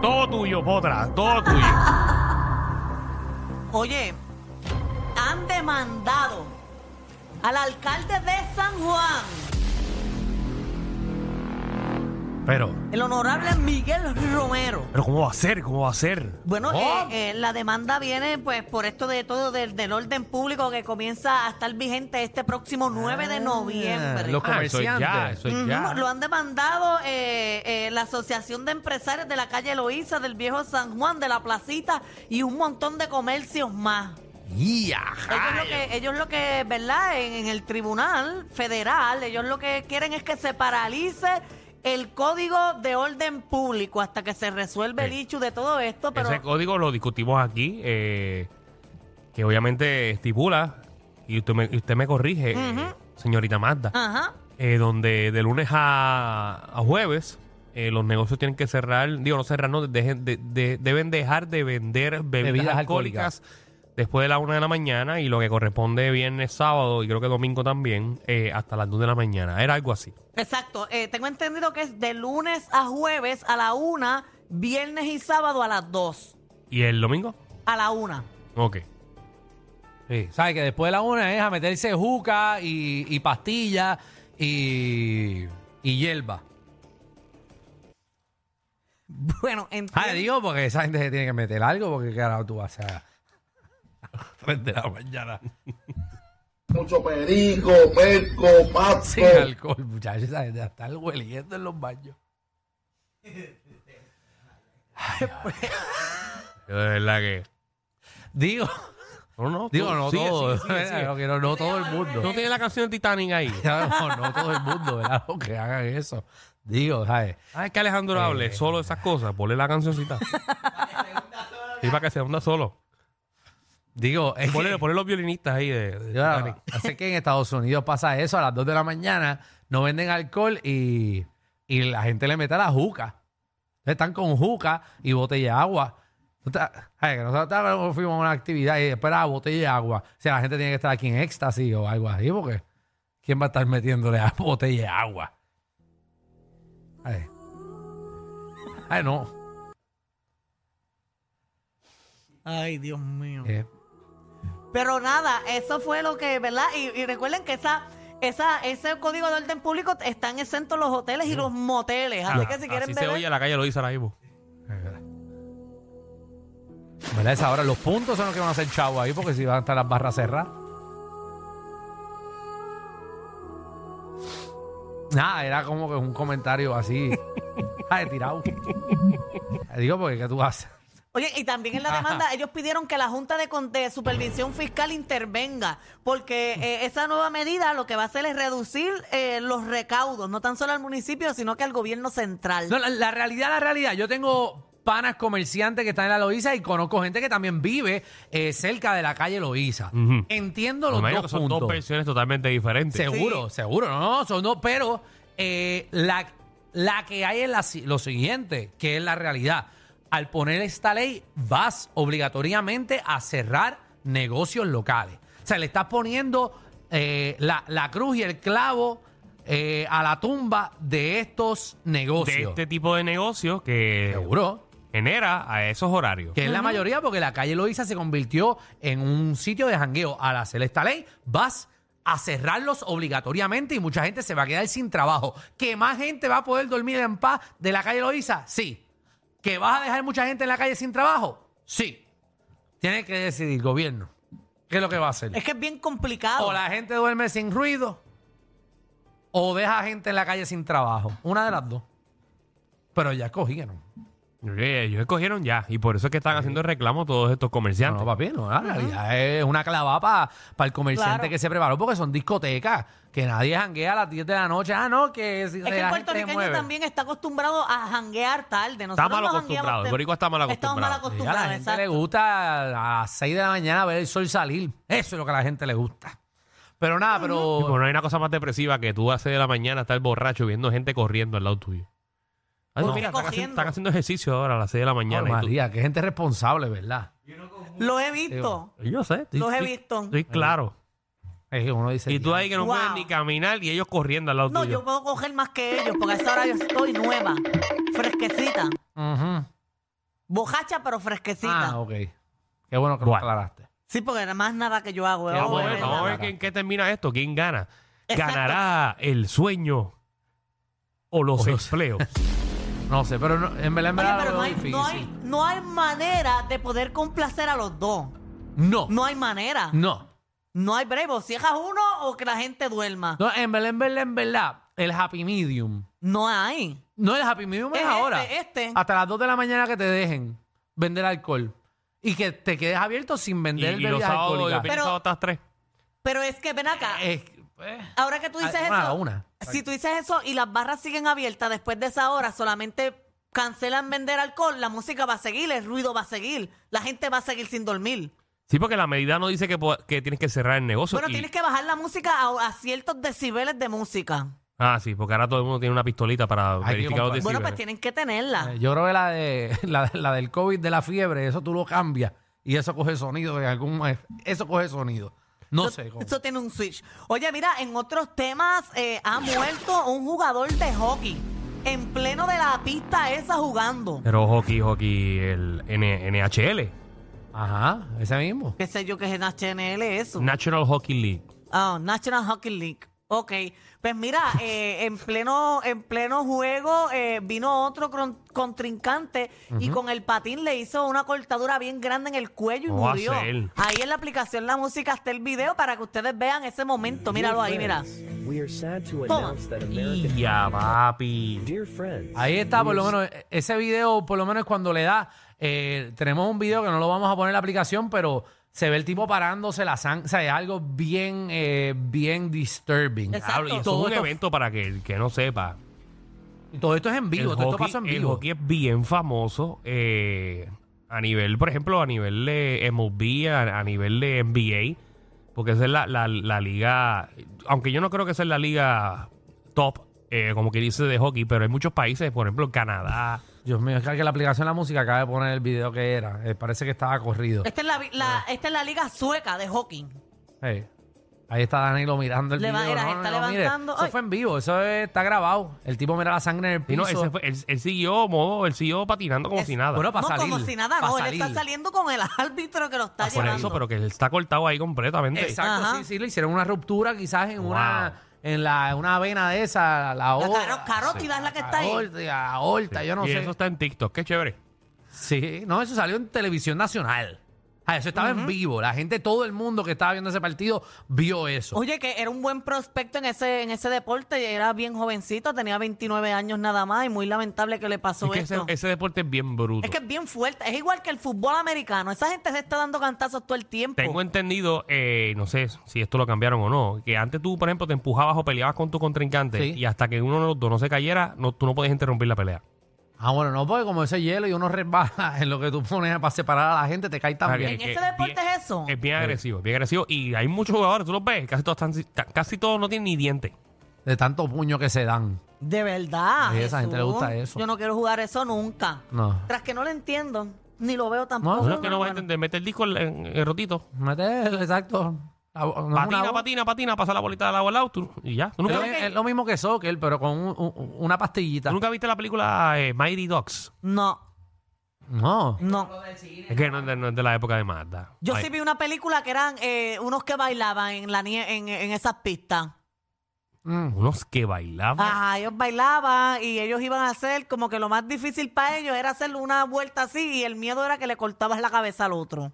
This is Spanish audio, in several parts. Todo tuyo, potra, todo tuyo. Oye, han demandado al alcalde de San Juan, Pero, el honorable Miguel Romero. pero ¿cómo va a ser? ¿Cómo va a ser? Bueno, Oh, eh, eh, la demanda viene pues por esto de todo del, del orden público que comienza a estar vigente este próximo 9 de noviembre. Los Ah, eso es comerciantes. ya, eso es Ujú, ya. Lo han demandado eh, eh, la Asociación de Empresarios de la calle Eloísa, del viejo San Juan, de la Placita y un montón de comercios más. Ya, Ellos lo ay. que, ellos lo que, ¿verdad? En, en el tribunal federal, ellos lo que quieren es que se paralice el código de orden público hasta que se resuelva el Sí. hecho de todo esto, pero Ese código lo discutimos aquí, eh, que obviamente estipula, y usted me, y usted me corrige, eh, señorita Magda, ajá, eh, donde de lunes a, a jueves eh, los negocios tienen que cerrar, digo, no cerrar, no, dejen de- de- deben dejar de vender bebidas, Bebidas alcohólicas después de la una de la mañana y lo que corresponde viernes, sábado y creo que domingo también, eh, hasta las dos de la mañana. Era algo así. exacto. Eh, tengo entendido que es de lunes a jueves a la una, viernes y sábado a las dos, ¿Y el domingo? a la una. Ok. Sí, ¿Sabes que después de la una es a meterse juca y, y pastilla y, y hierba? Bueno, Ah, entiendo. digo, porque esa gente se tiene que meter algo, porque qué carajo tú vas a... Tres de la mañana Mucho perico, perco, papo. sin alcohol, muchachos. Esa gente está hueliendo en los baños. Yo de verdad que... Digo, No, no. digo, tú- no sigue, todo. sigue, sigue, sigue. no, que no- no todo el mundo. No tiene la canción de Titanic ahí. No, no todo el mundo, ¿verdad? Los que hagan eso. Digo, ¿sabes? Ah, es que Alejandro hable solo de esas cosas. Ponle la cancioncita. Y para que se hunda solo. Digo, es que- Ponle, ponle los violinistas ahí de, de Ya, Titanic. Así que en Estados Unidos pasa eso, a las 2 de la mañana no venden alcohol y, y la gente le mete la juca. Están con juca y botella de agua. Tú te- ay, que Nosotros estábamos- fuimos a una actividad y esperaba botella de agua. O sea, la gente tiene que estar aquí en éxtasis o algo así, porque ¿quién va a estar metiéndole a botella de agua? Ay, Ay, no. Ay, Dios mío. Eh, Pero nada, eso fue lo que, ¿verdad? Y, y recuerden que esa, esa, ese código de orden público están exentos los hoteles y los moteles. Así que si quieren Ah, Así se beber, oye la calle, lo dice ahora mismo. ¿Verdad? Esa hora los puntos son los que van a hacer chavo ahí, porque si van a estar las barras cerradas. Nada, era como que un comentario así. Ah, de tirado. Digo, porque ¿qué tú haces? Oye, y también en la demanda ellos pidieron que la Junta de, Con- de Supervisión Fiscal intervenga, porque eh, esa nueva medida lo que va a hacer es reducir eh, los recaudos, no tan solo al municipio, sino que al gobierno central. No, la, la realidad, la realidad. Yo tengo panas comerciantes que están en la Loíza y conozco gente que también vive eh, cerca de la calle Loíza. Ujú. Entiendo Me los imagino que dos son puntos. dos versiones totalmente diferentes. Seguro, seguro. No, no, son dos, pero eh, la, la que hay es la si- lo siguiente, que es la realidad. Al poner esta ley, vas obligatoriamente a cerrar negocios locales. O sea, le estás poniendo eh, la, la cruz y el clavo eh, a la tumba de estos De negocios. este tipo de negocios que Oh, Seguro. genera a esos horarios. Que es la mayoría porque la calle Loiza se convirtió en un sitio de jangueo. Al hacer esta ley, vas a cerrarlos obligatoriamente y mucha gente se va a quedar sin trabajo. ¿Que más gente va a poder dormir en paz de la calle Loiza? Sí. ¿Que vas a dejar mucha gente en la calle sin trabajo? Sí. Tiene que decidir, gobierno, qué es lo que va a hacer. Es que es bien complicado. O la gente duerme sin ruido o deja gente en la calle sin trabajo. Una de las dos. Pero ya cogieron. Eh, Ellos escogieron ya y por eso es que están haciendo el reclamo todos estos No, comerciantes. no, papi, no. La realidad es una clavada para el comerciante Claro. que se preparó porque son discotecas que nadie janguea a las 10 de la noche. Ah, no, que si Es que el puertorriqueño también está acostumbrado a janguear tarde. Nosotros Está mal no jangueamos acostumbrado, el tem- boricua está mal Estamos mal acostumbrado. Mira, a acostumbrados, la gente exacto. le gusta a las 6 de la mañana ver el sol salir. Eso es lo que a la gente le gusta. Pero nada, Sí, pero... Oh, porque no hay una cosa más depresiva que tú haces de la mañana estar borracho viendo gente corriendo al lado tuyo. Ah, ¿Por qué están haciendo, corriendo? están haciendo ejercicio ahora a las 6 de la Ay, mañana. y tú- María, qué gente responsable, ¿verdad? Lo he visto. yo sé, estoy- Los he estoy- visto. Estoy claro. Es que uno dice... Y tú "Diablo". ahí que no Wow. puedes ni caminar y ellos corriendo al lado No, tuyo. yo puedo coger más que ellos porque a esa hora yo estoy nueva, fresquecita. Ujú. Bojacha, pero fresquecita. Ah, ok. Qué bueno que lo Bueno. aclaraste. Sí, porque nada más nada que yo hago. Ya, eh, Vamos a Oh, ver, verdad. vamos a ver que- en qué termina esto. ¿Quién gana? Exacto. ¿Ganará el sueño o los O los- empleos? No sé, pero no- en verdad, en Oye, verdad pero lo no veo hay, no, hay, difícil. no hay manera de poder complacer a los dos. No, No hay manera. no. No hay brevo. Cierras uno o que la gente duerma. No, No, en verdad, en verdad, en verdad, el happy medium. hay. No, el happy medium es, Es este, ahora. este. Hasta las 2 de la mañana que te dejen vender alcohol. Y que te quedes abierto sin Y, vender y los bebidas sábados, alcohólicas. los Pero- sábados estás tres. Pero ah. es que ven acá. Eh, eh, Ahora que tú dices ah, eso. una a una. Si tú dices eso y las barras siguen abiertas después de esa hora, solamente cancelan vender alcohol, la música va a seguir, el ruido va a seguir, la gente va a seguir sin dormir. Sí, porque la medida no dice que, po- que tienes que cerrar el negocio. Bueno, y- tienes que bajar la música a, a ciertos decibeles de música. Ah, sí, porque ahora todo el mundo tiene una pistolita para Hay que verificar los comprar. Bueno, pues decibeles. tienen que tenerla. Eh, Yo creo que la, de, la, la del COVID, de la fiebre, eso tú lo cambias. Y eso coge sonido de algún... Eso coge sonido. No Eso- sé. cómo. Eso tiene un switch. Oye, mira, en otros temas eh, ha muerto un jugador de hockey en pleno de la pista esa jugando. Pero hockey, hockey, el N- NHL, Ajá, ese mismo. ¿Qué sé yo qué es el HNL eso? National Hockey League. Ah, National Hockey League. Ok, pues mira, eh, en pleno en pleno juego eh, vino otro cron- contrincante y con el patín le hizo una cortadura bien grande en el cuello y ¿Cómo va a murió. ser? Ahí en la aplicación La Música está el video para que ustedes vean ese mommomento. Míralo ahí, mira. We are sad to Toma. announce that American Y ya, papi. dear friends. Ahí está, por lo menos, e- ese video, por lo menos cuando le da, eh, tenemos un video que no lo vamos a poner en la aplicación, pero se ve el tipo parándose la sangre, o sea, es algo bien, eh, bien disturbing. Exacto. Hablo- y eso Todo es un esto- evento para que el que no sepa. Y Todo esto es en vivo, el, todo hockey, esto pasa en el vivo. hockey es bien famoso eh, a nivel, por ejemplo, a nivel de MLB, a, a nivel de NBA, porque esa es la, la- la liga, aunque yo no creo que sea la liga top, eh, como que dice, de hockey, pero hay muchos países, por ejemplo, Canadá. Ah, Dios mío, es que la aplicación de la música acaba de poner el video que era. eh, parece que estaba corrido. Esta es la, vi- la- esta es la liga sueca de hockey. Hey, Eh, Ahí está Danilo mirando el Le va- video. mira, está levantando. Eso Ay. fue en vivo, eso eh, está grabado. El tipo mira la sangre en el Y piso. no, ese fue- él, él siguió modo, él siguió patinando como Es- si nada. Bueno, no, para salir. como si nada, pa' no, él está salir. saliendo con el árbitro que lo está Ah, por llevando. eso, pero que él está cortado ahí completamente. Exacto, Ajá. sí, sí, le hicieron una ruptura quizás en Wow. una en la una vena de esa, la La aorta. caro- carótida es la que está ahí. aorta, la aorta, yo no y sé. eso está en TikTok, qué chévere. Sí, no, eso salió en televisión nacional. Ah, eso estaba en vivo, la gente, todo el mundo que estaba viendo ese partido vio eso. Oye, que era un buen prospecto en ese, en ese deporte, era bien jovencito, tenía 29 años nada más y muy lamentable que le pasó Es que ese, esto. ese deporte es bien bruto. es que es bien fuerte, es igual que el fútbol americano, esa gente se está dando cantazos todo el tiempo. Oh. Tengo entendido, eh, no sé si esto lo cambiaron o no, que antes tú, por ejemplo, te empujabas o peleabas con tu contrincante Sí. y hasta que uno de los dos no se cayera, no, tú no podías interrumpir la pelea. Ah, bueno, no, porque como ese hielo y uno resbala en lo que tú pones para separar a la gente, te cae también. ¿En ese deporte bien- es eso? Es bien agresivo, es bien agresivo. Y hay muchos jugadores, tú los ves, casi todos, están, ta- casi todos no tienen ni dientes. De tanto puño que se dan. De verdad. Sí, a esa gente le Jesús. gusta eso. Yo no quiero jugar eso nunca. No. Tras que no lo entiendo, ni lo veo tampoco. No, es que no Bueno, vas a entender, mete el disco en- en el rotito. Mete, exacto. la bo- no es una Patina, bo- patina, patina, pasa la bolita de lado al lado tú- y ya. ¿Tú Es nunca, lo- Es lo mismo que soccer, pero con un- un- una pastillita. tú nunca viste la película eh, Mighty Dogs? No, No. no. Es que no, es de- no es de la época de Mazda. Yo Ay, sí vi Ah. una película que eran eh, unos que bailaban en, la nie- en, en esas pistas. Mm. Unos que bailaban. Ajá, ellos bailaban y ellos iban a hacer como que lo más difícil para ellos era hacerle una vuelta así y el miedo era que le cortabas la cabeza al otro.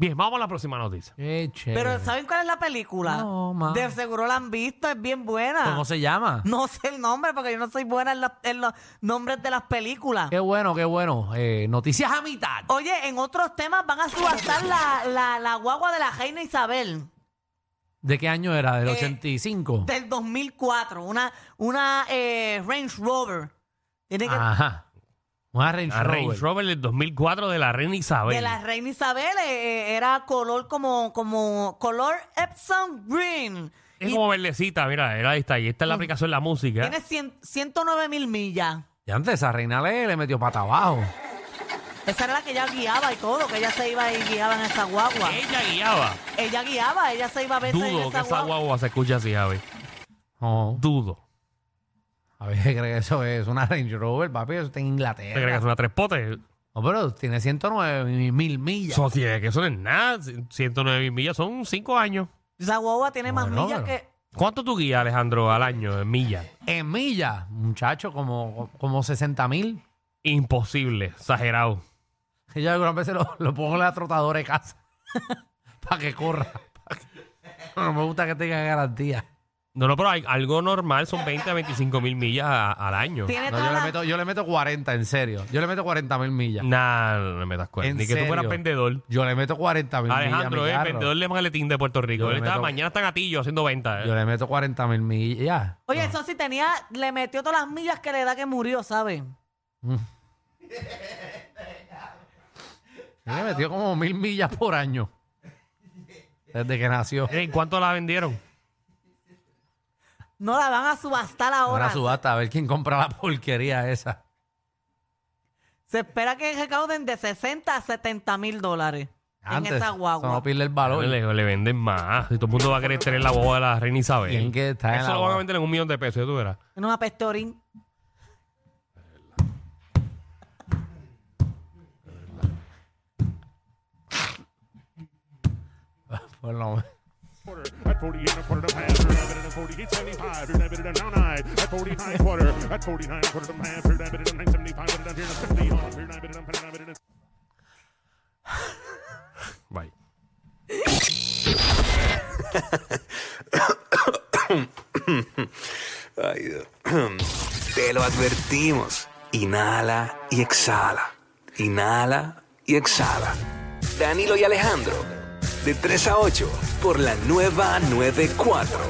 Bien, vamos a la próxima noticia. Qué chévere. Pero ¿saben cuál es la película? No, ma. De seguro la han visto, es bien buena. ¿Cómo se llama? Ah. No sé el nombre porque yo no soy buena en, la- en los nombres de las películas. Qué bueno, qué bueno. Eh, noticias a mitad. Oye, en otros temas van a subastar la, la, la guagua de la reina Isabel ¿De qué año era? ¿Del Eh, 85? del 2004, una, una eh, Range Rover. Tiene que, Ajá. Una Range La Range Rover. Rover del 2004 de la reina Isabel. de la reina Isabel eh, eh, era color como, como color Epsom Green. Es Y como verdecita, mira, era esta. Y esta es la aplicación de la música. tiene 100 109 mil millas. Y antes esa reina le, le metió pata abajo. Esa era la que ella guiaba y todo, que ella se iba y guiaba en esa guagua. Ella guiaba. Ella guiaba, ella se iba a ver en Dudo que esa esa guagua. guagua se escuche así, Javi. No. Dudo. A ver, ¿qué cree que eso es? Una Range Rover, papi, eso está ¿Te en crees que Inglaterra. es una tres potes? No, pero tiene 109 mil millas. Son cien- que eso no es nada. 109 mil millas son 5 años. Esa guagua tiene más Bueno, millas pero- que... ¿Cuánto tú guías, Alejandro, al año en millas? En millas, muchacho, como, como 60 mil. Imposible, exagerado. Que yo algunas veces lo, lo pongo en la trotadora de casa para que corra. pa' que- No me gusta que tenga garantía. No, no, pero hay- algo normal son 20 a 25 mil millas a- al año. Tiene No, toda yo, le la- meto, yo le meto 40, en serio. Yo le meto 40 mil millas. Nah, no me das cuenta. ¿En Ni que tú fueras serio? vendedor. Yo le meto 40 mil millas. a mi Alejandro es carro. vendedor de maletín de Puerto Rico. eh, Yo Él le está- meto- mañana está en Atillo haciendo venta. ¿eh? Yo le meto 40 mil millas. Oye, eso sí tenía, le metió todas las millas que le da que murió, ¿sabes? Yo le metió como mil millas por año. Desde que nació. ¿En Eh, cuánto la vendieron? No la van a subastar ahora. Ahora subasta a ver quién compra la porquería esa. Se espera que recauden de 60 a 70 mil dólares Antes, en esa eso guagua. no pierde el Claro, valor. Eh, le, le venden más. Si todo el mundo va a querer tener la boba de la reina Isabel. Tienen que estar en Eso la lo van a boba. vender en un millón de pesos, ya tú verás. En una pestorín. Por lo menos. At 48 and a quarter to half, you're not better than 48, 75, you're not better than 99. At 49 quarter, at 49 quarter to half, you're not better than 975, better than 50, you're not better than 50, you're not better than Bye. Ay, Dios. Te lo advertimos. Inhala y exhala. Inhala y exhala. Danilo y Alejandro, de 3 a 8, por la nueva 94.